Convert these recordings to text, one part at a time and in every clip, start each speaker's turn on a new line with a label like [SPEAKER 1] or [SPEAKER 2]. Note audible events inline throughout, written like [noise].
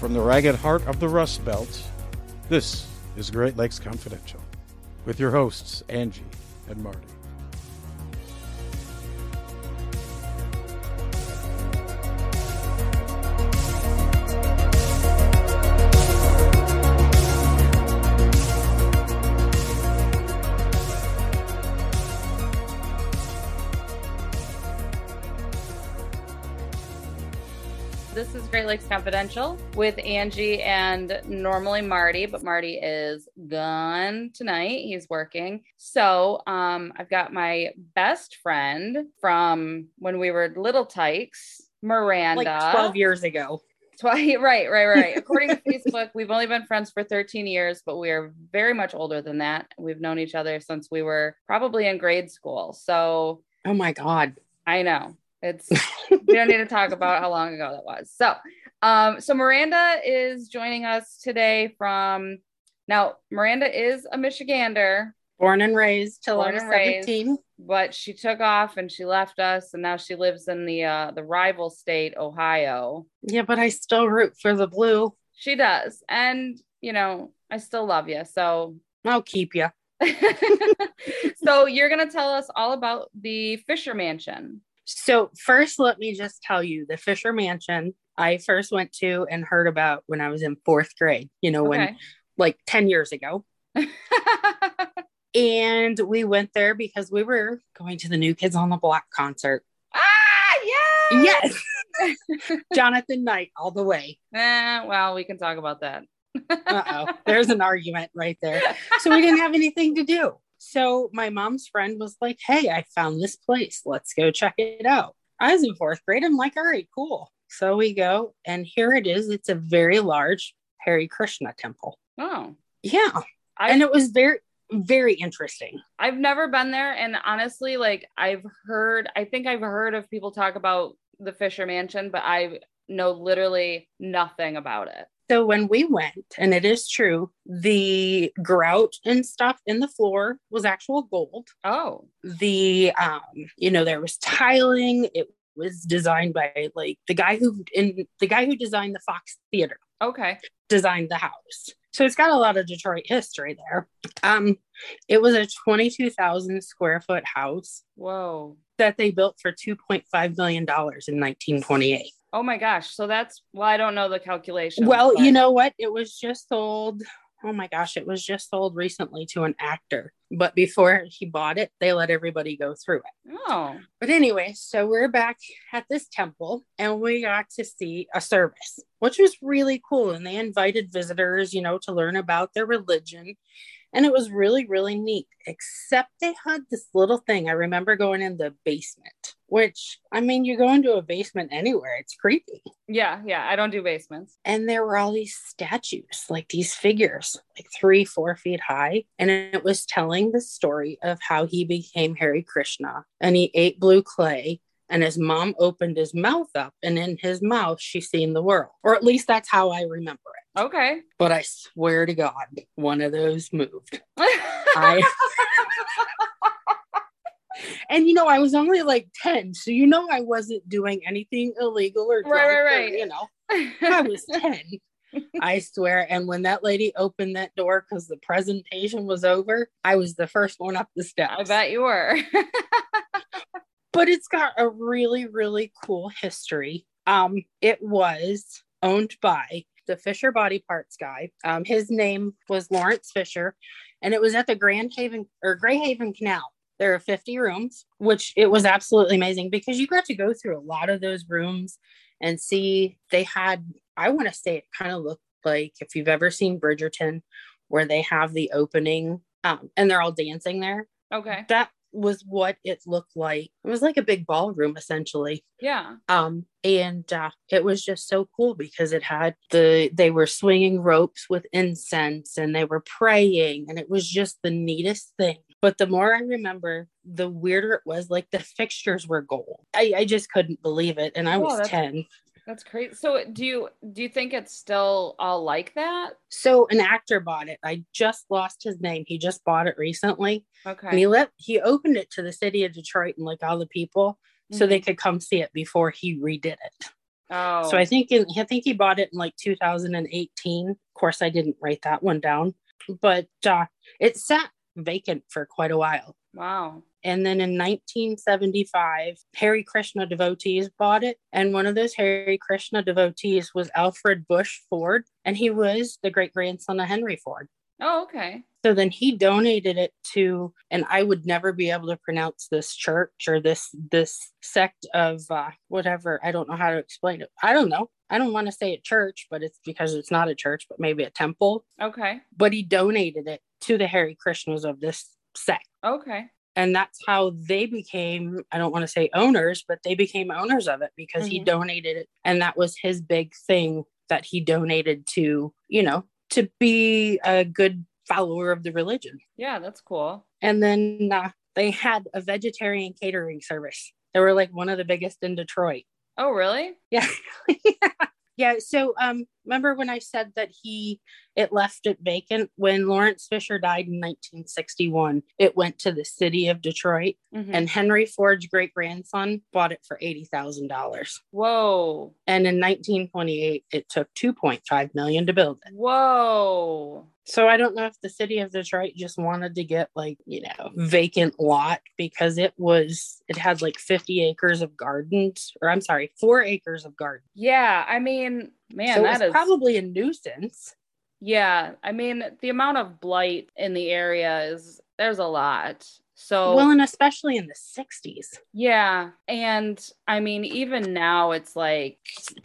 [SPEAKER 1] From the ragged heart of the Rust Belt, this is Great Lakes Confidential with your hosts, Angie and Marty.
[SPEAKER 2] This is Great Lakes Confidential with Angie and normally Marty, but Marty is gone tonight. He's working. So um, I've got my best friend from when we were little tykes, Miranda.
[SPEAKER 3] like 12 years ago.
[SPEAKER 2] [laughs] Twi- right, right,
[SPEAKER 3] [laughs]
[SPEAKER 2] right. According to Facebook, we've only been friends for 13 years, but we are very much older than that. We've known each other since we were probably in grade school. So
[SPEAKER 3] Oh my God.
[SPEAKER 2] I know. It's we don't need to talk about how long ago that was. So, um, so Miranda is joining us today from now. Miranda is a Michigander,
[SPEAKER 3] Born and raised till
[SPEAKER 2] Born
[SPEAKER 3] I was
[SPEAKER 2] and raised.
[SPEAKER 3] 17.
[SPEAKER 2] but she took off and she left us, and now she lives in the uh, the rival state, Ohio.
[SPEAKER 3] Yeah, but I still root for the blue.
[SPEAKER 2] She does, and you know, I still love you. So, [laughs]
[SPEAKER 3] I'll keep you.
[SPEAKER 2] so you're gonna tell us all about the Fisher Mansion.
[SPEAKER 3] So, first, let me just tell you the Fisher Mansion I first went to and heard about when I was in fourth grade, you know, when
[SPEAKER 2] Okay.
[SPEAKER 3] like 10 years ago. And we went there because we were going to the New Kids on the Block concert.
[SPEAKER 2] [laughs] ah, yes.
[SPEAKER 3] [laughs] Yes. Jonathan Knight, all the way.
[SPEAKER 2] Eh, well, we can talk about that.
[SPEAKER 3] [laughs] Uh oh.
[SPEAKER 2] [laughs]
[SPEAKER 3] There's an argument right there. so we didn't have anything to do. So my mom's friend was like, Hey, I found this place. Let's go check it out. I was in fourth grade. I'm like, All right, cool. So we go, and here it is. It's a very large Hare Krishna temple.
[SPEAKER 2] Oh,
[SPEAKER 3] Yeah.
[SPEAKER 2] I-
[SPEAKER 3] and it was very, very interesting.
[SPEAKER 2] I've never been there. And honestly, like I've heard, I think I've heard of people talk about the Fisher Mansion, but I know literally nothing about it.
[SPEAKER 3] So when we went, and it is true, the grout and stuff in the floor was actual gold.
[SPEAKER 2] Oh,
[SPEAKER 3] the um you know there was tiling it was designed by like the guy who in the guy who designed the fox theater
[SPEAKER 2] okay.
[SPEAKER 3] designed the house so it's got a lot of detroit history there um it was a 22000 square foot house
[SPEAKER 2] Whoa.
[SPEAKER 3] that they built for 2.5 million dollars in 1928
[SPEAKER 2] Oh my gosh. So that's, well, I don't know the calculation.
[SPEAKER 3] well you know what it was just sold oh my gosh it was just sold recently to an actor but before he bought it they let everybody go through it
[SPEAKER 2] Oh,
[SPEAKER 3] But anyway, so we're back at this temple and we got to see a service, which was really cool. And they invited visitors, you know, to learn about their religion. And it was really, really neat, except they had this little thing. I remember going in the basement, which I mean, you go into a basement anywhere, it's creepy.
[SPEAKER 2] yeah. Yeah. I don't do basements.
[SPEAKER 3] And there were all these statues, like these figures, like three, four feet high. And it was telling the story of how he became Hare Krishna and he ate blue clay. And his mom opened his mouth up, and in his mouth, she seen the world. Or at least that's how I remember it.
[SPEAKER 2] Okay.
[SPEAKER 3] But I swear to God, one of those moved.
[SPEAKER 2] [laughs]
[SPEAKER 3] I- And you know, I was only like 10. So you know, I wasn't doing anything illegal or,
[SPEAKER 2] Right,
[SPEAKER 3] drunk
[SPEAKER 2] right,
[SPEAKER 3] or,
[SPEAKER 2] right.
[SPEAKER 3] you know. I was 10. I swear. And when that lady opened that door because the presentation was over, I was the first one up the steps.
[SPEAKER 2] I bet you were.
[SPEAKER 3] but it's got a really, really cool history. Um, it was owned by the Fisher Body Parts guy. Um, his name was Lawrence Fisher, and it was at the Grand Haven or Gray Haven Canal. There are 50 rooms, which it was absolutely amazing because you got to go through a lot of those rooms and see they had, I want to say it kind of looked like if you've ever seen Bridgerton, where they have the opening um, and they're all dancing there.
[SPEAKER 2] [laughs] Okay.
[SPEAKER 3] That was what it looked like. It was like a big ballroom essentially
[SPEAKER 2] Yeah.
[SPEAKER 3] um and uh, it was just so cool because it had the they were swinging ropes with incense and they were praying and it was just the neatest thing but the more i remember the weirder it was like the fixtures were gold i, I just couldn't believe it and i
[SPEAKER 2] Oh,
[SPEAKER 3] was
[SPEAKER 2] that's-
[SPEAKER 3] 10
[SPEAKER 2] That's crazy. So do you do you think it's still all like that?
[SPEAKER 3] so an actor bought it i just lost his name he just bought it recently and
[SPEAKER 2] Okay.
[SPEAKER 3] he let he opened it to the city of detroit and like all the people so
[SPEAKER 2] Mm-hmm.
[SPEAKER 3] they could come see it before he redid it
[SPEAKER 2] Oh.
[SPEAKER 3] So I think in, I think he bought it in like 2018. Of course, I didn't write that one down, but uh, it sat vacant for quite a while.
[SPEAKER 2] wow.
[SPEAKER 3] And then in 1975, Harry Krishna devotees bought it. And one of those Harry Krishna devotees was Alfred Bush Ford, and he was the great grandson of Henry Ford.
[SPEAKER 2] Oh, okay.
[SPEAKER 3] So then he donated it to, and I would never be able to pronounce this church or this this sect of uh, whatever. I don't know how to explain it. I don't know. I don't want to say a church, but it's because it's not a church, but maybe a temple.
[SPEAKER 2] Okay.
[SPEAKER 3] But he donated it to the Hare Krishnas of this sect,
[SPEAKER 2] Okay.
[SPEAKER 3] and that's how they became. I don't want to say owners, but they became owners of it because he
[SPEAKER 2] Mhm.
[SPEAKER 3] donated it, and that was his big thing that he donated to. You know, to be a good follower of the religion
[SPEAKER 2] Yeah, that's cool.
[SPEAKER 3] and then uh, they had a vegetarian catering service. They were like one of the biggest in Detroit. [laughs]
[SPEAKER 2] Oh, really?
[SPEAKER 3] Yeah. yeah. So um remember when I said that he it left it vacant when Lawrence Fisher died in 1961. It went to the city of Detroit
[SPEAKER 2] Mhm.
[SPEAKER 3] and Henry Ford's great grandson bought it for eighty thousand dollars.
[SPEAKER 2] Whoa.
[SPEAKER 3] And in 1928, it took 2.5 million to build it.
[SPEAKER 2] Whoa.
[SPEAKER 3] So I don't know if the city of Detroit just wanted to get like, you know, vacant lot because it was it had like 50 acres of gardens or I'm sorry, 4 acres of gardens.
[SPEAKER 2] Yeah, I mean, man,
[SPEAKER 3] so
[SPEAKER 2] that
[SPEAKER 3] it's
[SPEAKER 2] is
[SPEAKER 3] probably a nuisance.
[SPEAKER 2] yeah. I mean, the amount of blight in the area is there's a lot. So
[SPEAKER 3] Well, and especially in the 60s.
[SPEAKER 2] Yeah. And I mean, even now it's like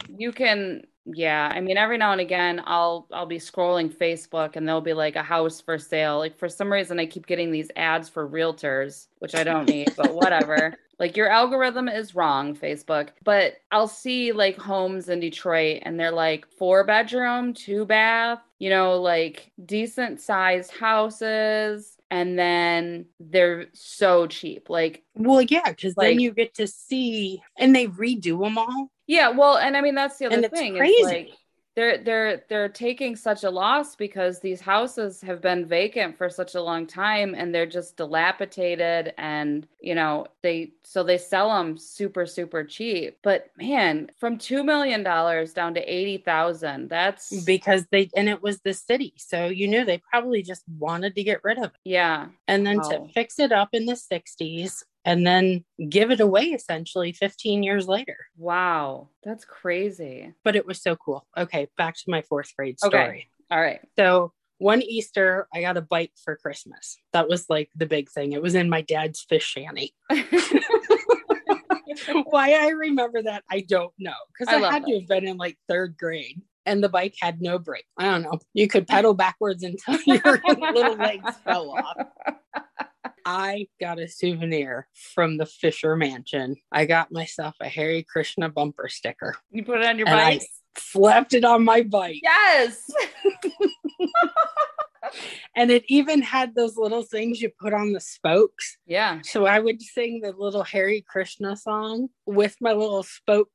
[SPEAKER 2] you can yeah, I mean every now and again I'll I'll be scrolling Facebook and there'll be like a house for sale. Like for some reason I keep getting these ads for realtors, which I don't need, but whatever. Like your algorithm is wrong, Facebook. But I'll see like homes in Detroit and they're like four bedroom, two bath, you know, like decent sized houses. And then they're so cheap. Like
[SPEAKER 3] Well, yeah, because then
[SPEAKER 2] Like-
[SPEAKER 3] you get to see, and they redo them all.
[SPEAKER 2] Yeah, well, and I mean that's the other
[SPEAKER 3] And it's
[SPEAKER 2] thing.
[SPEAKER 3] crazy.
[SPEAKER 2] Is like they're they're they're taking such a loss because these houses have been vacant for such a long time and they're just dilapidated and you know they so they sell them super super cheap. But man, from two million dollars down to eighty thousand, that's
[SPEAKER 3] because they, and it was the city. So you knew they probably just wanted to get rid of it.
[SPEAKER 2] yeah,
[SPEAKER 3] And then
[SPEAKER 2] Wow.
[SPEAKER 3] to fix it up in the 60s and then give it away essentially 15 years later.
[SPEAKER 2] wow, that's crazy.
[SPEAKER 3] But it was so cool. Okay, back to my fourth grade
[SPEAKER 2] Okay.
[SPEAKER 3] story.
[SPEAKER 2] All right,
[SPEAKER 3] So one Easter, I got a bike for Christmas. That was like the big thing. It was in my dad's fish shanty. [laughs] Why I remember that, I don't know. Because
[SPEAKER 2] I
[SPEAKER 3] I,
[SPEAKER 2] love
[SPEAKER 3] had to have been in like third grade and the bike had no brake. I don't know. You could pedal backwards until [laughs] [laughs] your little legs fell off. I got a souvenir from the Fisher Mansion. I got myself a Harry Krishna bumper sticker
[SPEAKER 2] [laughs] you put it on your
[SPEAKER 3] and I
[SPEAKER 2] bike.
[SPEAKER 3] slapped it on my bike.
[SPEAKER 2] Yes. [laughs]
[SPEAKER 3] And it even had those little things you put on the spokes.
[SPEAKER 2] Yeah.
[SPEAKER 3] So I would sing the little Harry Krishna song with my little spoke.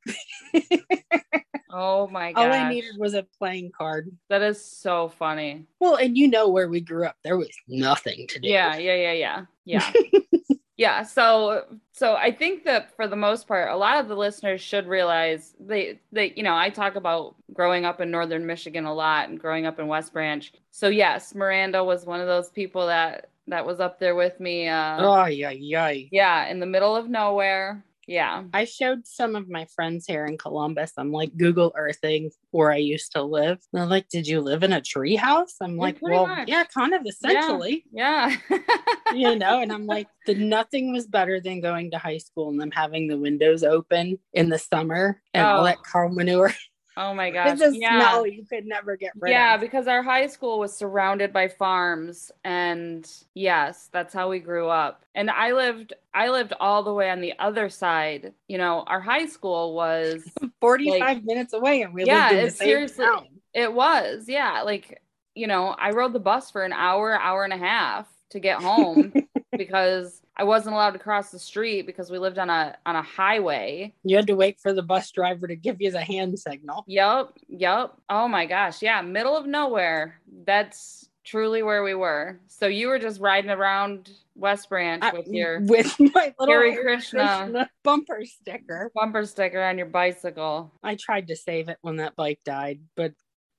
[SPEAKER 2] Oh my god.
[SPEAKER 3] All I needed was a playing card.
[SPEAKER 2] That is so funny.
[SPEAKER 3] Well, and you know where we grew up, there was nothing to do.
[SPEAKER 2] Yeah, yeah, yeah, yeah. Yeah.
[SPEAKER 3] [laughs]
[SPEAKER 2] yeah, so so I think that for the most part a lot of the listeners should realize they they you know, I talk about growing up in northern Michigan a lot and growing up in West Branch. So yes, Miranda was one of those people that That was up there with me. Uh,
[SPEAKER 3] Oh, yeah, yeah.
[SPEAKER 2] Yeah, in the middle of nowhere. Yeah.
[SPEAKER 3] I showed some of my friends here in Columbus. I'm like Google Earthing where I used to live. And They're like, "Did you live in a tree house?" I'm like,
[SPEAKER 2] pretty
[SPEAKER 3] "Well,
[SPEAKER 2] much.
[SPEAKER 3] yeah, kind of essentially."
[SPEAKER 2] Yeah. [laughs]
[SPEAKER 3] you know, and I'm like, the nothing was better than going to high school and them having the windows open in the summer and
[SPEAKER 2] Oh.
[SPEAKER 3] all that cow manure.
[SPEAKER 2] oh my gosh.
[SPEAKER 3] It's a
[SPEAKER 2] yeah.
[SPEAKER 3] smell you could never get rid
[SPEAKER 2] Yeah,
[SPEAKER 3] of.
[SPEAKER 2] because our high school was surrounded by farms and yes, that's how we grew up. And I lived I lived all the way on the other side. You know, our high school was
[SPEAKER 3] 45
[SPEAKER 2] like-
[SPEAKER 3] minutes away, and we
[SPEAKER 2] Yeah,
[SPEAKER 3] lived in the
[SPEAKER 2] it's
[SPEAKER 3] same
[SPEAKER 2] seriously-
[SPEAKER 3] town.
[SPEAKER 2] it was, yeah, like, you know, I rode the bus for an hour, hour and a half to get home because I wasn't allowed to cross the street because we lived on a on a highway.
[SPEAKER 3] You had to wait for the bus driver to give you the hand signal.
[SPEAKER 2] Yep, yep. Oh my gosh, yeah, middle of nowhere. That's truly where we were. So you were just riding around West Branch
[SPEAKER 3] I-
[SPEAKER 2] with your
[SPEAKER 3] with my little
[SPEAKER 2] Hare
[SPEAKER 3] Hare
[SPEAKER 2] Krishna.
[SPEAKER 3] Krishna bumper sticker.
[SPEAKER 2] bumper sticker on your bicycle.
[SPEAKER 3] I tried to save it when that bike died, but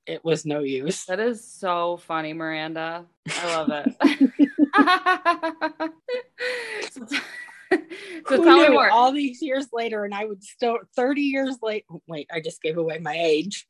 [SPEAKER 3] it was no use.
[SPEAKER 2] That is so funny, Miranda. I love it. [laughs] so
[SPEAKER 3] Who
[SPEAKER 2] tell me
[SPEAKER 3] knew?
[SPEAKER 2] more.
[SPEAKER 3] All these years later, and I would still 30 years late. Wait, I just gave away my age.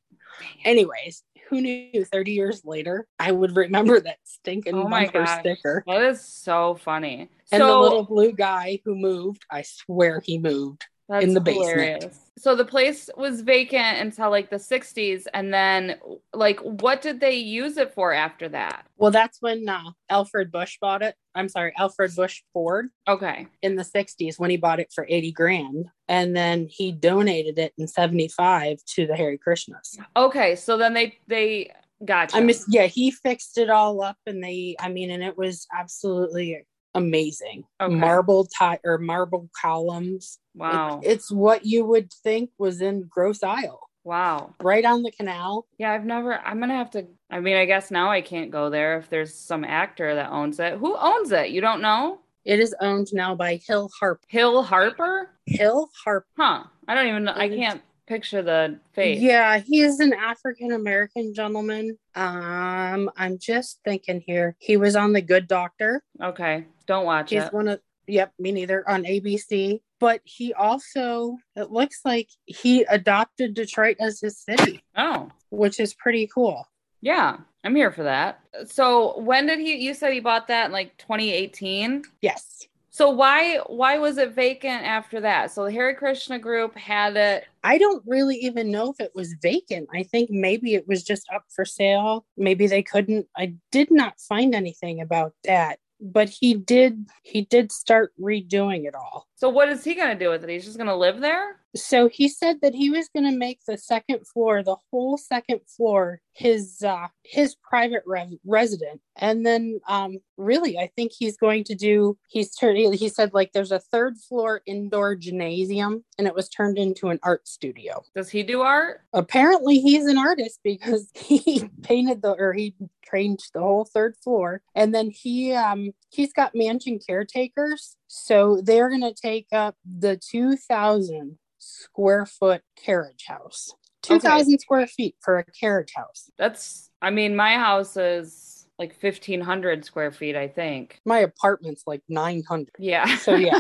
[SPEAKER 3] Anyways, who knew 30 years later I would remember that stinking
[SPEAKER 2] Oh my
[SPEAKER 3] bumper
[SPEAKER 2] gosh.
[SPEAKER 3] sticker.
[SPEAKER 2] that is so funny.
[SPEAKER 3] And
[SPEAKER 2] so
[SPEAKER 3] the little blue guy who moved, I swear he moved.
[SPEAKER 2] that's
[SPEAKER 3] in the basement.
[SPEAKER 2] So the place was vacant until like the 60s. And then, like, what did they use it for after that?
[SPEAKER 3] Well, that's when uh, Alfred Bush bought it. I'm sorry, Alfred Bush Ford
[SPEAKER 2] Okay.
[SPEAKER 3] in the 60s when he bought it for 80 grand. And then he donated it in 75 to the Hare Krishnas.
[SPEAKER 2] Okay. So then they, they, Gotcha.
[SPEAKER 3] I miss yeah, he fixed it all up and they I mean and it was absolutely amazing.
[SPEAKER 2] Okay.
[SPEAKER 3] Marble tie or marble columns. It-
[SPEAKER 2] wow.
[SPEAKER 3] it's what you would think was in Gross Isle,
[SPEAKER 2] wow.
[SPEAKER 3] right on the canal.
[SPEAKER 2] Yeah, I've never. I'm gonna have to. I mean, I guess now I can't go there if there's some actor that owns it. Who owns it? You don't know?
[SPEAKER 3] It is owned now by Hill Harp.
[SPEAKER 2] Hill Harper?
[SPEAKER 3] Hill Harp.
[SPEAKER 2] Huh? I don't even. know. I can't picture the face.
[SPEAKER 3] Yeah, he is an African American gentleman. Um, I'm just thinking here. He was on The Good Doctor.
[SPEAKER 2] Okay. Don't watch
[SPEAKER 3] He's
[SPEAKER 2] it.
[SPEAKER 3] one of yep, me neither on ABC. But he also it looks like he adopted Detroit as his city,
[SPEAKER 2] Oh,
[SPEAKER 3] which is pretty cool.
[SPEAKER 2] yeah. I'm here for that. So when did he? You said he bought that in like 2018.
[SPEAKER 3] Yes.
[SPEAKER 2] So why why was it vacant after that? So the Hare Krishna group had it.
[SPEAKER 3] I don't really even know if it was vacant. I think maybe it was just up for sale. Maybe they couldn't. I did not find anything about that. But he did he did start redoing it all.
[SPEAKER 2] So what is he gonna do with it? He's just gonna live there?
[SPEAKER 3] so he said that he was going to make the second floor the whole second floor his uh his private re- resident and then um really i think he's going to do he's turning he said like there's a third floor indoor gymnasium and it was turned into an art studio
[SPEAKER 2] Does he do art?
[SPEAKER 3] apparently he's an artist because [laughs] he painted the or he trained the whole third floor and then he um he's got mansion caretakers so they're going to take up the 2000 square foot carriage house 2000 square feet for a carriage house
[SPEAKER 2] That's, I mean, my house is like 1,500 square feet, I think.
[SPEAKER 3] my apartment's like 900
[SPEAKER 2] Yeah.
[SPEAKER 3] So, yeah.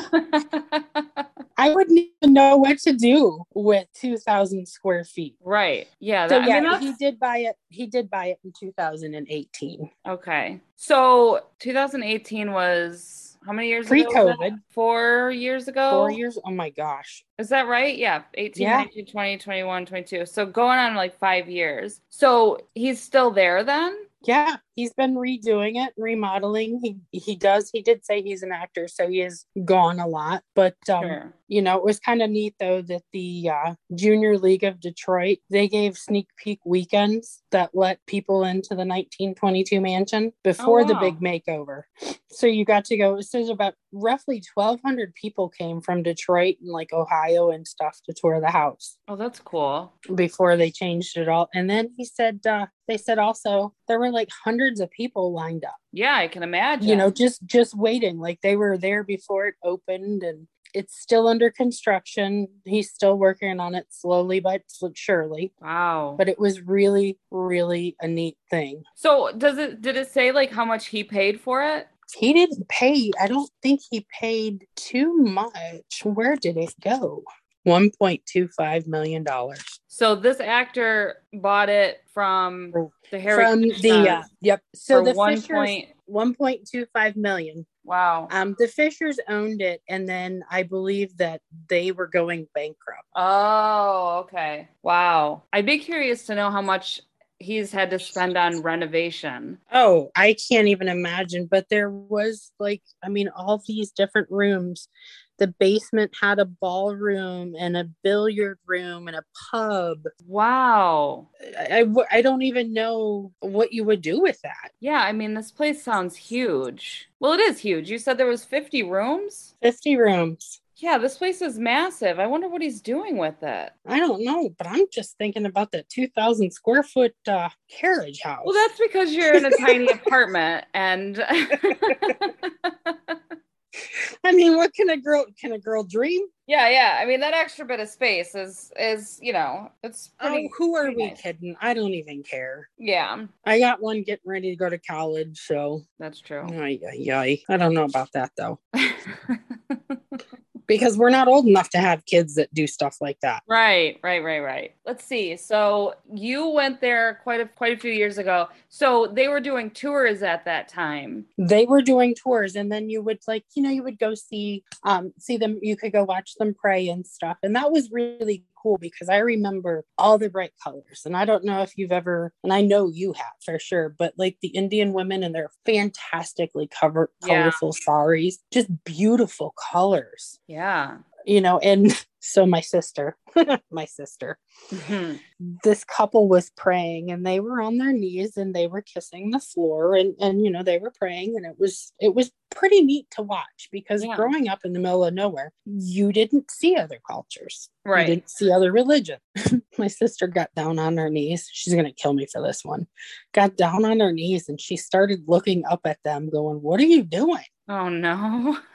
[SPEAKER 3] i wouldn't even know what to do with 2000 square feet
[SPEAKER 2] [laughs] right. Yeah.
[SPEAKER 3] so
[SPEAKER 2] that- I
[SPEAKER 3] yeah
[SPEAKER 2] mean, that's-
[SPEAKER 3] he did buy it he did buy it in 2018
[SPEAKER 2] okay. So 2018 was how many years ago? was that?
[SPEAKER 3] Pre-COVID.
[SPEAKER 2] Four years ago.
[SPEAKER 3] four years oh my gosh
[SPEAKER 2] Is that right? Yeah. 18,
[SPEAKER 3] Yeah.
[SPEAKER 2] 19, 20, 21, 22. So going on like five years. So he's still there then?
[SPEAKER 3] Yeah, he's been redoing it, remodeling. He he does. He did say he's an actor, so he is gone a lot. But um,
[SPEAKER 2] Sure.
[SPEAKER 3] you know, it was kind of neat though that the uh, Junior League of Detroit they gave sneak peek weekends that let people into the 1922 mansion before the
[SPEAKER 2] Oh, wow.
[SPEAKER 3] big makeover. So you got to go. It says about roughly 1,200 people came from Detroit and like Ohio and stuff to tour the house
[SPEAKER 2] Oh, that's cool.
[SPEAKER 3] before they changed it all. And then he said, uh, they said also there were like hundreds of people lined up,
[SPEAKER 2] Yeah, I can imagine.
[SPEAKER 3] you know, just just waiting. Like they were there before it opened, and it's still under construction. He's still working on it slowly but sl- surely.
[SPEAKER 2] wow.
[SPEAKER 3] But it was really, really a neat thing.
[SPEAKER 2] so does it did it say like how much he paid for it?
[SPEAKER 3] he didn't pay. I don't think he paid too much. Where did it go? $1.25 million
[SPEAKER 2] So this actor bought it from the Harry
[SPEAKER 3] Oh, from the, uh,
[SPEAKER 2] Krishnas
[SPEAKER 3] yep. So
[SPEAKER 2] for
[SPEAKER 3] the
[SPEAKER 2] one
[SPEAKER 3] Fishers,
[SPEAKER 2] point.
[SPEAKER 3] 1.25 million.
[SPEAKER 2] Wow.
[SPEAKER 3] Um, the Fishers owned it, and then I believe that they were going bankrupt.
[SPEAKER 2] Oh, okay. Wow. I'd be curious to know how much he's had to spend on renovation.
[SPEAKER 3] Oh, I can't even imagine. But there was like, I mean, all these different rooms. The basement had a ballroom and a billiard room and a pub.
[SPEAKER 2] Wow.
[SPEAKER 3] I, I w- I don't even know what you would do with that.
[SPEAKER 2] Yeah, I mean this place sounds huge. Well, it is huge. You said there was 50 rooms?
[SPEAKER 3] 50 rooms.
[SPEAKER 2] Yeah, this place is massive. I wonder what he's doing with it.
[SPEAKER 3] I don't know, but I'm just thinking about that 2,000 square foot uh, carriage house.
[SPEAKER 2] Well, that's because you're in a
[SPEAKER 3] [laughs]
[SPEAKER 2] tiny apartment and [laughs]
[SPEAKER 3] I mean, what can a girl can a girl dream?
[SPEAKER 2] Yeah, yeah. I mean that extra bit of space is is, you know, it's pretty
[SPEAKER 3] oh, who are
[SPEAKER 2] pretty
[SPEAKER 3] we
[SPEAKER 2] nice.
[SPEAKER 3] kidding? I don't even care.
[SPEAKER 2] Yeah,
[SPEAKER 3] I got one getting ready to go to college, so
[SPEAKER 2] that's true.
[SPEAKER 3] ay, ay, ay. I don't know about that though, because we're not old enough to have kids that do stuff like that.
[SPEAKER 2] [laughs] Right, right, right, right. Let's see. So you went there quite a quite a few years ago. So they were doing tours at that time.
[SPEAKER 3] They were doing tours, and then you would like, you know, you would go see, um, see them. You could go watch them pray and stuff, and that was really cool because I remember all the bright colors. And I don't know if you've ever, and I know you have for sure, but like the Indian women and their fantastically cover,
[SPEAKER 2] Yeah.
[SPEAKER 3] colorful saris, just beautiful colors.
[SPEAKER 2] Yeah.
[SPEAKER 3] you know and [laughs] so my sister [laughs] my sister
[SPEAKER 2] Mm-hmm.
[SPEAKER 3] this couple was praying and they were on their knees and they were kissing the floor and and you know they were praying and it was it was pretty neat to watch because
[SPEAKER 2] Yeah.
[SPEAKER 3] growing up in the middle of nowhere you didn't see other cultures you
[SPEAKER 2] right.
[SPEAKER 3] didn't see other religion [laughs] my sister got down on her knees she's going to kill me for this one got down on her knees and she started looking up at them going what are you doing
[SPEAKER 2] Oh no. [laughs]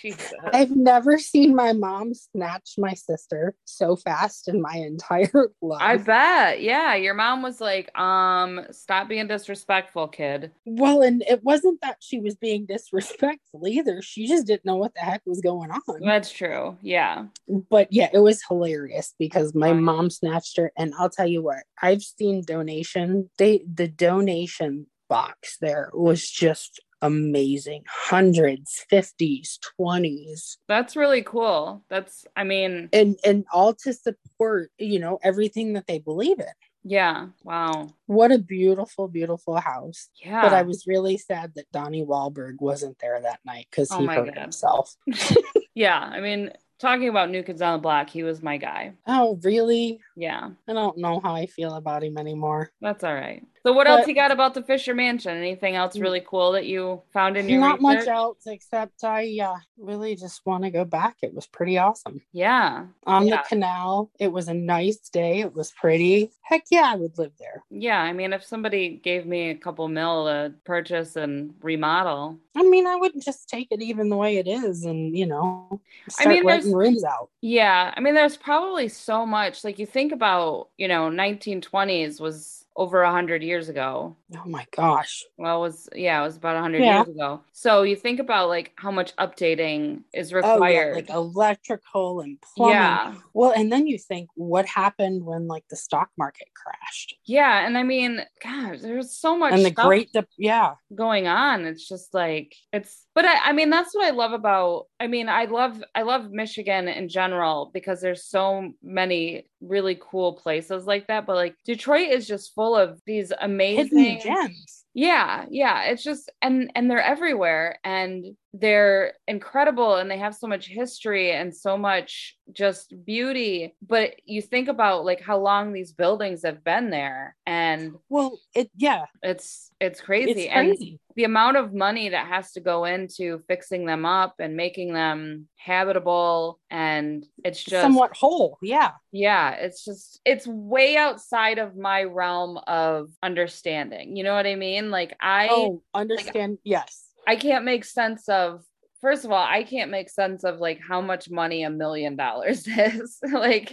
[SPEAKER 2] Jesus.
[SPEAKER 3] I've never seen my mom snatch my sister so fast in my entire [laughs]
[SPEAKER 2] I
[SPEAKER 3] life.
[SPEAKER 2] bet. Yeah. Your mom was like, um, stop being disrespectful, kid.
[SPEAKER 3] well, and it wasn't that she was being disrespectful either. She just didn't know what the heck was going on.
[SPEAKER 2] That's true. Yeah.
[SPEAKER 3] But yeah, it was hilarious because my
[SPEAKER 2] Right.
[SPEAKER 3] mom snatched her. And I'll tell you what, I've seen donation. They the donation box there was just amazing. Hundreds, fifties, twenties.
[SPEAKER 2] That's really cool. That's I mean,
[SPEAKER 3] And and all to support, you know, everything that they believe in.
[SPEAKER 2] yeah. Wow.
[SPEAKER 3] What a beautiful, beautiful house.
[SPEAKER 2] Yeah.
[SPEAKER 3] But I was really sad that Donnie Wahlberg wasn't there that night because
[SPEAKER 2] Oh
[SPEAKER 3] he
[SPEAKER 2] my
[SPEAKER 3] hurt
[SPEAKER 2] God.
[SPEAKER 3] himself.
[SPEAKER 2] [laughs]
[SPEAKER 3] [laughs]
[SPEAKER 2] yeah. I mean, talking about New Kids on the Block, he was my guy.
[SPEAKER 3] Oh, really?
[SPEAKER 2] Yeah.
[SPEAKER 3] I don't know how I feel about him anymore.
[SPEAKER 2] That's all right. So what else
[SPEAKER 3] But- Mm.
[SPEAKER 2] you got about the Fisher Mansion? Anything else really cool that you found in your
[SPEAKER 3] Not much
[SPEAKER 2] research?
[SPEAKER 3] else except I uh, really just want to go back. It was pretty awesome.
[SPEAKER 2] Yeah.
[SPEAKER 3] On
[SPEAKER 2] Yeah.
[SPEAKER 3] the canal, it was a nice day. It was pretty. Heck yeah, I would live there.
[SPEAKER 2] Yeah. I mean, if somebody gave me a couple mil to purchase and remodel,
[SPEAKER 3] I mean, I wouldn't just take it even the way it is and, you know, start
[SPEAKER 2] mean, there's-
[SPEAKER 3] renting rooms out.
[SPEAKER 2] Yeah, I mean, there's probably so much. Like you think about, you know, 1920s was over 100 years ago.
[SPEAKER 3] Oh my gosh.
[SPEAKER 2] Well, it was yeah, it was about 100
[SPEAKER 3] Yeah.
[SPEAKER 2] years ago. So you think about like how much updating is
[SPEAKER 3] Oh, yeah,
[SPEAKER 2] required.
[SPEAKER 3] like electrical and plumbing.
[SPEAKER 2] yeah.
[SPEAKER 3] Well, and then you think what happened when like the stock market crashed
[SPEAKER 2] Yeah, and I mean, God, there's so much
[SPEAKER 3] and the
[SPEAKER 2] stuff
[SPEAKER 3] great de- yeah.
[SPEAKER 2] going on. It's just like it's but I, I mean that's what I love about I mean, I love I love Michigan in general because there's so many really cool places like that. But like Detroit is just full of these
[SPEAKER 3] Hidden
[SPEAKER 2] amazing
[SPEAKER 3] gems.
[SPEAKER 2] yeah yeah it's just and and they're everywhere and they're incredible and they have so much history and so much just beauty but you think about like how long these buildings have been there and
[SPEAKER 3] Well, it yeah,
[SPEAKER 2] it's it's crazy,
[SPEAKER 3] it's
[SPEAKER 2] and
[SPEAKER 3] crazy.
[SPEAKER 2] the amount of money that has to go into fixing them up and making them habitable and it's just
[SPEAKER 3] Somewhat whole, yeah.
[SPEAKER 2] yeah it's just it's way outside of my realm of understanding you know what i mean like i
[SPEAKER 3] oh, understand. yes.
[SPEAKER 2] I can't make sense of [laughs] first of all, I can't make sense of like how much money a million dollars is. like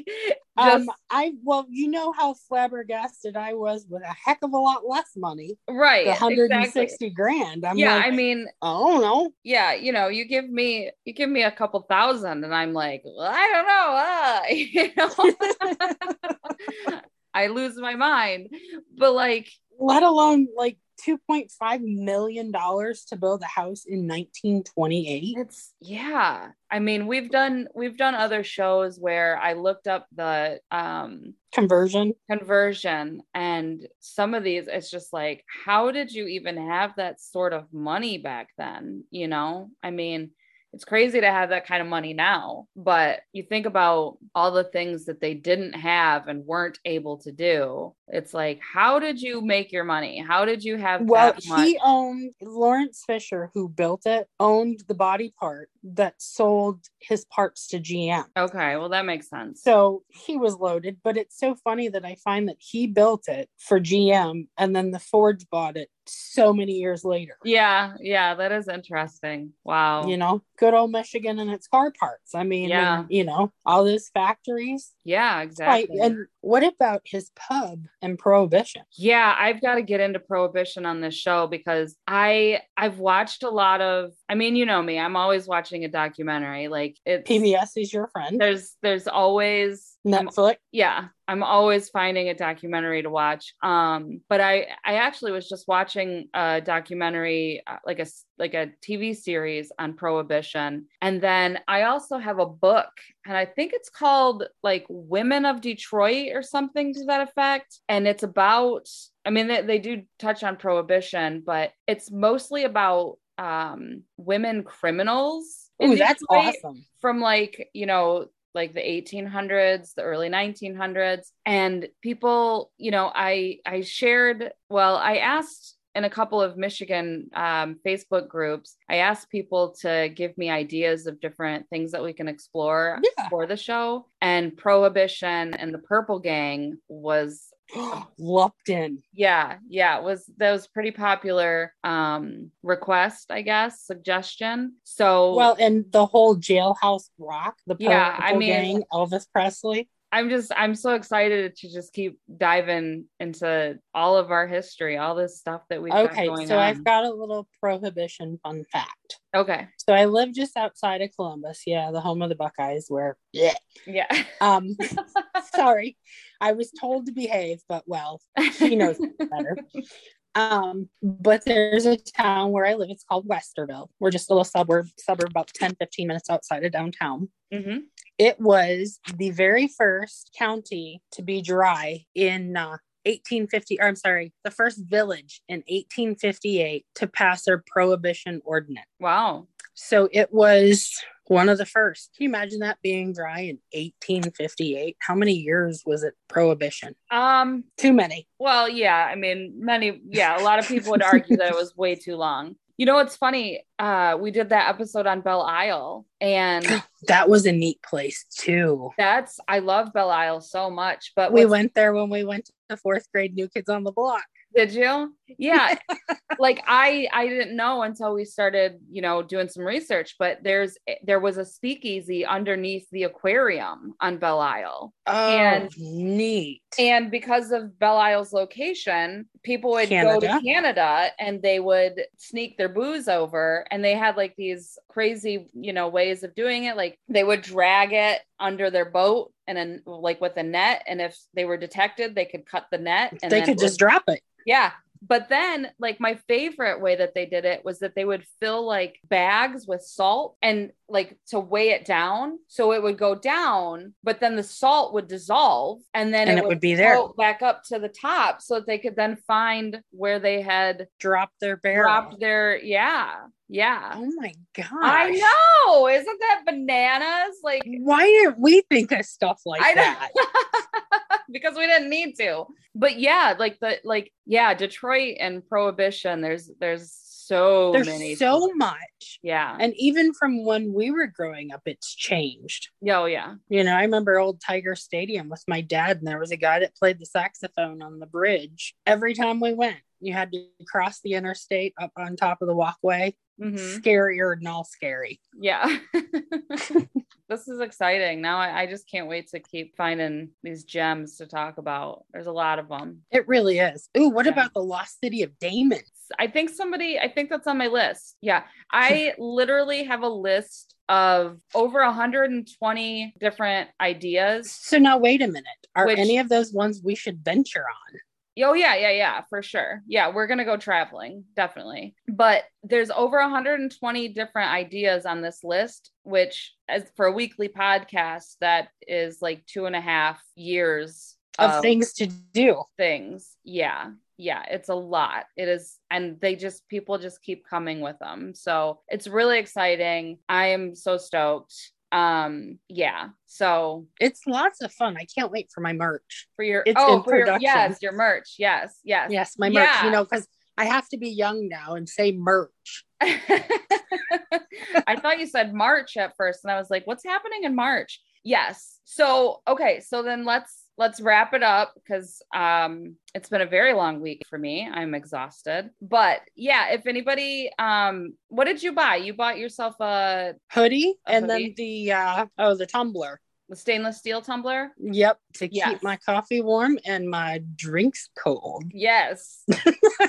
[SPEAKER 3] Um,
[SPEAKER 2] Just-
[SPEAKER 3] I well, you know how flabbergasted I was with a heck of a lot less money,
[SPEAKER 2] right.
[SPEAKER 3] the 160
[SPEAKER 2] Exactly.
[SPEAKER 3] grand. I'm
[SPEAKER 2] Yeah,
[SPEAKER 3] like,
[SPEAKER 2] I mean,
[SPEAKER 3] I don't know.
[SPEAKER 2] yeah, you know, you give me you give me a couple thousand, and I'm like, "Well, I don't know, uh, [laughs] you know, [laughs] I lose my mind. But like,
[SPEAKER 3] Let alone like 2.5 million dollars to build a house in 1928.
[SPEAKER 2] it's yeah. I mean, we've done we've done other shows where I looked up the um
[SPEAKER 3] Conversion.
[SPEAKER 2] conversion and some of these it's just like how did you even have that sort of money back then you know i mean it's crazy to have that kind of money now but you think about all the things that they didn't have and weren't able to do it's like how did you make your money how did you have
[SPEAKER 3] Well,
[SPEAKER 2] that much?
[SPEAKER 3] he owned Lawrence Fisher, who built it, owned the body part that sold his parts to GM.
[SPEAKER 2] okay well that makes sense
[SPEAKER 3] So he was loaded, but it's so funny that I find that he built it for GM and then the Fords bought it so many years later.
[SPEAKER 2] yeah yeah that is interesting wow
[SPEAKER 3] You know, good old Michigan and its car parts. I mean,
[SPEAKER 2] Yeah.
[SPEAKER 3] you know, all those factories.
[SPEAKER 2] yeah
[SPEAKER 3] Right.
[SPEAKER 2] exactly
[SPEAKER 3] And what about his pub and Prohibition?
[SPEAKER 2] Yeah, I've got to get into prohibition on this show because I I've watched a lot of I mean, you know me, I'm always watching a documentary. Like it's
[SPEAKER 3] PBS is your friend.
[SPEAKER 2] there's there's always I'm-
[SPEAKER 3] Netflix.
[SPEAKER 2] yeah, I'm always finding a documentary to watch. Um, but I I actually was just watching a documentary uh, like a s- like a TV series on prohibition. And then I also have a book and I think it's called like Women of Detroit or something to that effect. And it's about, I mean, they, they do touch on prohibition, but it's mostly about um, women criminals. in
[SPEAKER 3] Ooh, that's
[SPEAKER 2] Detroit
[SPEAKER 3] awesome.
[SPEAKER 2] from like you know like the 1800s the early 1900s and people you know i i shared well i asked in a couple of michigan um, facebook groups i asked people to give me ideas of different things that we can explore
[SPEAKER 3] Yeah.
[SPEAKER 2] for the show and prohibition and the purple gang was
[SPEAKER 3] [gasps] Lupton.
[SPEAKER 2] yeah yeah it was that was pretty popular um request i guess suggestion so
[SPEAKER 3] Well, and the whole jailhouse rock, the Purple
[SPEAKER 2] Yeah, I mean-
[SPEAKER 3] Gang, Elvis Presley.
[SPEAKER 2] I'm just I'm so excited to just keep diving into all of our history, all this stuff that we've got
[SPEAKER 3] Okay,
[SPEAKER 2] going
[SPEAKER 3] so
[SPEAKER 2] on.
[SPEAKER 3] I've got a little prohibition fun fact.
[SPEAKER 2] okay.
[SPEAKER 3] So I live just outside of Columbus, yeah, the home of the Buckeyes, where yeah.
[SPEAKER 2] [laughs] Yeah.
[SPEAKER 3] [laughs] Um, [laughs] sorry, I was told to behave, but well, she knows better. Um, but there's a town where I live. It's called Westerville. We're just a little suburb, suburb about 10, 15 minutes outside of downtown.
[SPEAKER 2] Mhm.
[SPEAKER 3] It was the very first county to be dry in uh, 1850, or I'm sorry, the first village in 1858 to pass their prohibition ordinance.
[SPEAKER 2] Wow.
[SPEAKER 3] So it was one of the first. Can you imagine that being dry in 1858? How many years was it prohibition?
[SPEAKER 2] Um
[SPEAKER 3] Too many.
[SPEAKER 2] well, yeah, I mean, many yeah, a lot of people would argue that it was way too long. You know what's funny? Uh we did that episode on Belle Isle
[SPEAKER 3] [gasps]
[SPEAKER 2] and
[SPEAKER 3] That was a neat place too.
[SPEAKER 2] that's I love Belle Isle so much, but
[SPEAKER 3] We
[SPEAKER 2] what's-
[SPEAKER 3] went there when we went to the fourth grade New Kids on the Block.
[SPEAKER 2] Did you?
[SPEAKER 3] [laughs]
[SPEAKER 2] Yeah. like I I didn't know until we started, you know, doing some research, but there's there was a speakeasy underneath the aquarium on Belle Isle.
[SPEAKER 3] Oh,
[SPEAKER 2] And-
[SPEAKER 3] neat.
[SPEAKER 2] And because of Belle Isle's location, people would go to
[SPEAKER 3] Canada.
[SPEAKER 2] Canada and they would sneak their booze over and they had like these crazy, you know, ways of doing it. Like they would drag it under their boat and then like with a net and if they were detected, they could cut the net and
[SPEAKER 3] they
[SPEAKER 2] then
[SPEAKER 3] could just drop it.
[SPEAKER 2] yeah. But then, like, my favorite way that they did it was that they would fill like bags with salt and like to weigh it down. So it would go down, but then the salt would dissolve and then
[SPEAKER 3] And it would be there.
[SPEAKER 2] float back up to the top so that they could then find where they had
[SPEAKER 3] Drop their barrel.
[SPEAKER 2] dropped their. Yeah. Yeah.
[SPEAKER 3] Oh my god!
[SPEAKER 2] I know. Isn't that bananas? Like,
[SPEAKER 3] Why didn't we think of stuff like
[SPEAKER 2] I
[SPEAKER 3] that?
[SPEAKER 2] don't [laughs] because we didn't need to. But yeah, like the like yeah, Detroit and Prohibition. There's there's so
[SPEAKER 3] There's
[SPEAKER 2] many.
[SPEAKER 3] so much,
[SPEAKER 2] yeah.
[SPEAKER 3] and even from when we were growing up, it's changed.
[SPEAKER 2] Oh yeah.
[SPEAKER 3] You know, I remember old Tiger Stadium with my dad, and there was a guy that played the saxophone on the bridge every time we went. You had to cross the interstate up on top of the walkway.
[SPEAKER 2] Mhm.
[SPEAKER 3] scarier than all scary.
[SPEAKER 2] Yeah. [laughs] this is exciting. Now I, I just can't wait to keep finding these gems to talk about. There's a lot of them.
[SPEAKER 3] It really is. Ooh, what
[SPEAKER 2] Yeah.
[SPEAKER 3] about the lost city of Damon?
[SPEAKER 2] I think somebody, I think that's on my list. Yeah.
[SPEAKER 3] [laughs]
[SPEAKER 2] I literally have a list of over 120 different ideas.
[SPEAKER 3] So now wait a minute. Are
[SPEAKER 2] Which-
[SPEAKER 3] any of those ones we should venture on?
[SPEAKER 2] Oh, yeah, yeah, yeah, for sure. Yeah, we're going to go traveling, definitely. But there's over 120 different ideas on this list, which, as for a weekly podcast, that is like two and a half years
[SPEAKER 3] Of things to do.
[SPEAKER 2] things. Yeah. Yeah, it's a lot. It is and they just people just keep coming with them. So, it's really exciting. I am so stoked. Um yeah. So,
[SPEAKER 3] It's lots of fun. I can't wait for my merch.
[SPEAKER 2] for your
[SPEAKER 3] It's
[SPEAKER 2] oh,
[SPEAKER 3] in
[SPEAKER 2] for your,
[SPEAKER 3] production.
[SPEAKER 2] yes, your merch. Yes. Yes.
[SPEAKER 3] Yes, my merch,
[SPEAKER 2] Yeah.
[SPEAKER 3] you know, because I have to be young now and say merch.
[SPEAKER 2] [laughs] I thought you said March at first and I was like, what's happening in March? Yes. So, okay, so then let's let's wrap it up cuz um it's been a very long week for me. I'm exhausted. But yeah, if anybody um what did you buy? You bought yourself a,
[SPEAKER 3] Hoodie
[SPEAKER 2] A
[SPEAKER 3] and
[SPEAKER 2] hoodie.
[SPEAKER 3] then the uh oh the tumbler.
[SPEAKER 2] a stainless steel tumbler?
[SPEAKER 3] Yep. To
[SPEAKER 2] Yes.
[SPEAKER 3] keep my coffee warm and my drinks cold. [laughs]
[SPEAKER 2] Yes.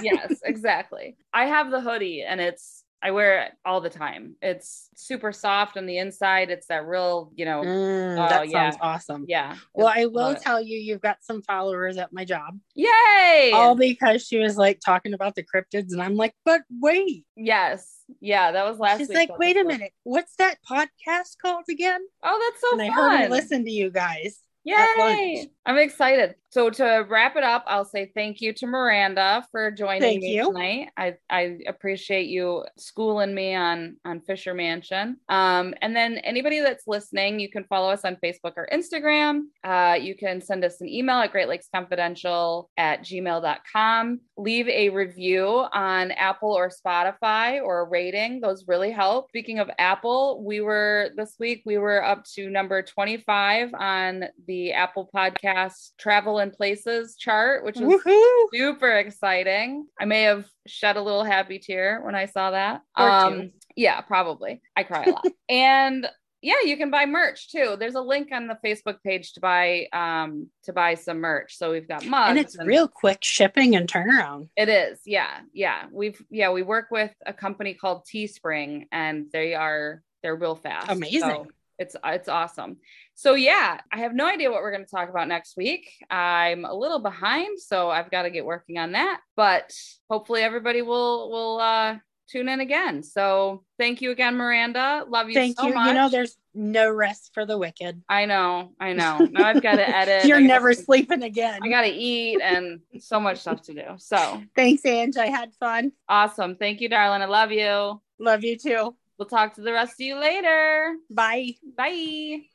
[SPEAKER 2] yes, exactly. I have the hoodie and it's I wear it all the time. It's super soft on the inside. It's that real, you know,
[SPEAKER 3] Mm,
[SPEAKER 2] Oh,
[SPEAKER 3] that
[SPEAKER 2] yeah.
[SPEAKER 3] sounds awesome.
[SPEAKER 2] yeah.
[SPEAKER 3] Well,
[SPEAKER 2] it's-
[SPEAKER 3] I will
[SPEAKER 2] love it.
[SPEAKER 3] tell you, you've got some followers at my job.
[SPEAKER 2] Yay!
[SPEAKER 3] All because she was like talking about the cryptids, and I'm like, but wait.
[SPEAKER 2] yes. Yeah, that was last
[SPEAKER 3] She's
[SPEAKER 2] week's
[SPEAKER 3] like, wait a
[SPEAKER 2] episode.
[SPEAKER 3] minute, what's that podcast called again?
[SPEAKER 2] Oh, that's so
[SPEAKER 3] and I
[SPEAKER 2] fun.
[SPEAKER 3] heard and listened to you guys. at lunch.
[SPEAKER 2] Yay! I'm excited. So to wrap it up, I'll say thank you to Miranda for joining
[SPEAKER 3] Thank
[SPEAKER 2] me
[SPEAKER 3] you.
[SPEAKER 2] tonight. I, I appreciate you schooling me on on Fisher Mansion. Um, and then anybody that's listening, you can follow us on Facebook or Instagram. Uh, you can send us an email at Great Lakes Confidential at gmail.com. Leave a review on Apple or Spotify or a rating. Those really help. Speaking of Apple, we were this week, we were up to number 25 on the Apple Podcast Travel and Places chart, which is
[SPEAKER 3] Woohoo!
[SPEAKER 2] super exciting. I may have shed a little happy tear when I saw that.
[SPEAKER 3] Or two.
[SPEAKER 2] Um, yeah, probably. I cry
[SPEAKER 3] [laughs]
[SPEAKER 2] a lot. and yeah, you can buy merch too. There's a link on the Facebook page to buy um to buy some merch. So we've got mugs
[SPEAKER 3] And it's real quick shipping and turnaround.
[SPEAKER 2] it is, yeah, yeah. We've yeah we work with a company called Teespring, and they are they're real fast.
[SPEAKER 3] Amazing.
[SPEAKER 2] So it's it's awesome. So yeah, I have no idea what we're going to talk about next week. I'm a little behind, so I've got to get working on that. But hopefully, everybody will will uh, tune in again. So thank you again, Miranda. Love you
[SPEAKER 3] Thank
[SPEAKER 2] so
[SPEAKER 3] you.
[SPEAKER 2] much.
[SPEAKER 3] You know, there's no rest for the wicked.
[SPEAKER 2] I know, I know. Now I've
[SPEAKER 3] [laughs]
[SPEAKER 2] got to edit.
[SPEAKER 3] You're
[SPEAKER 2] I gotta-
[SPEAKER 3] never sleeping again.
[SPEAKER 2] I got to eat and so much stuff to do. So
[SPEAKER 3] Thanks, Ange. I had fun.
[SPEAKER 2] awesome. Thank you, darling. I love you.
[SPEAKER 3] Love you too.
[SPEAKER 2] We'll talk to the rest of you later.
[SPEAKER 3] Bye.
[SPEAKER 2] Bye.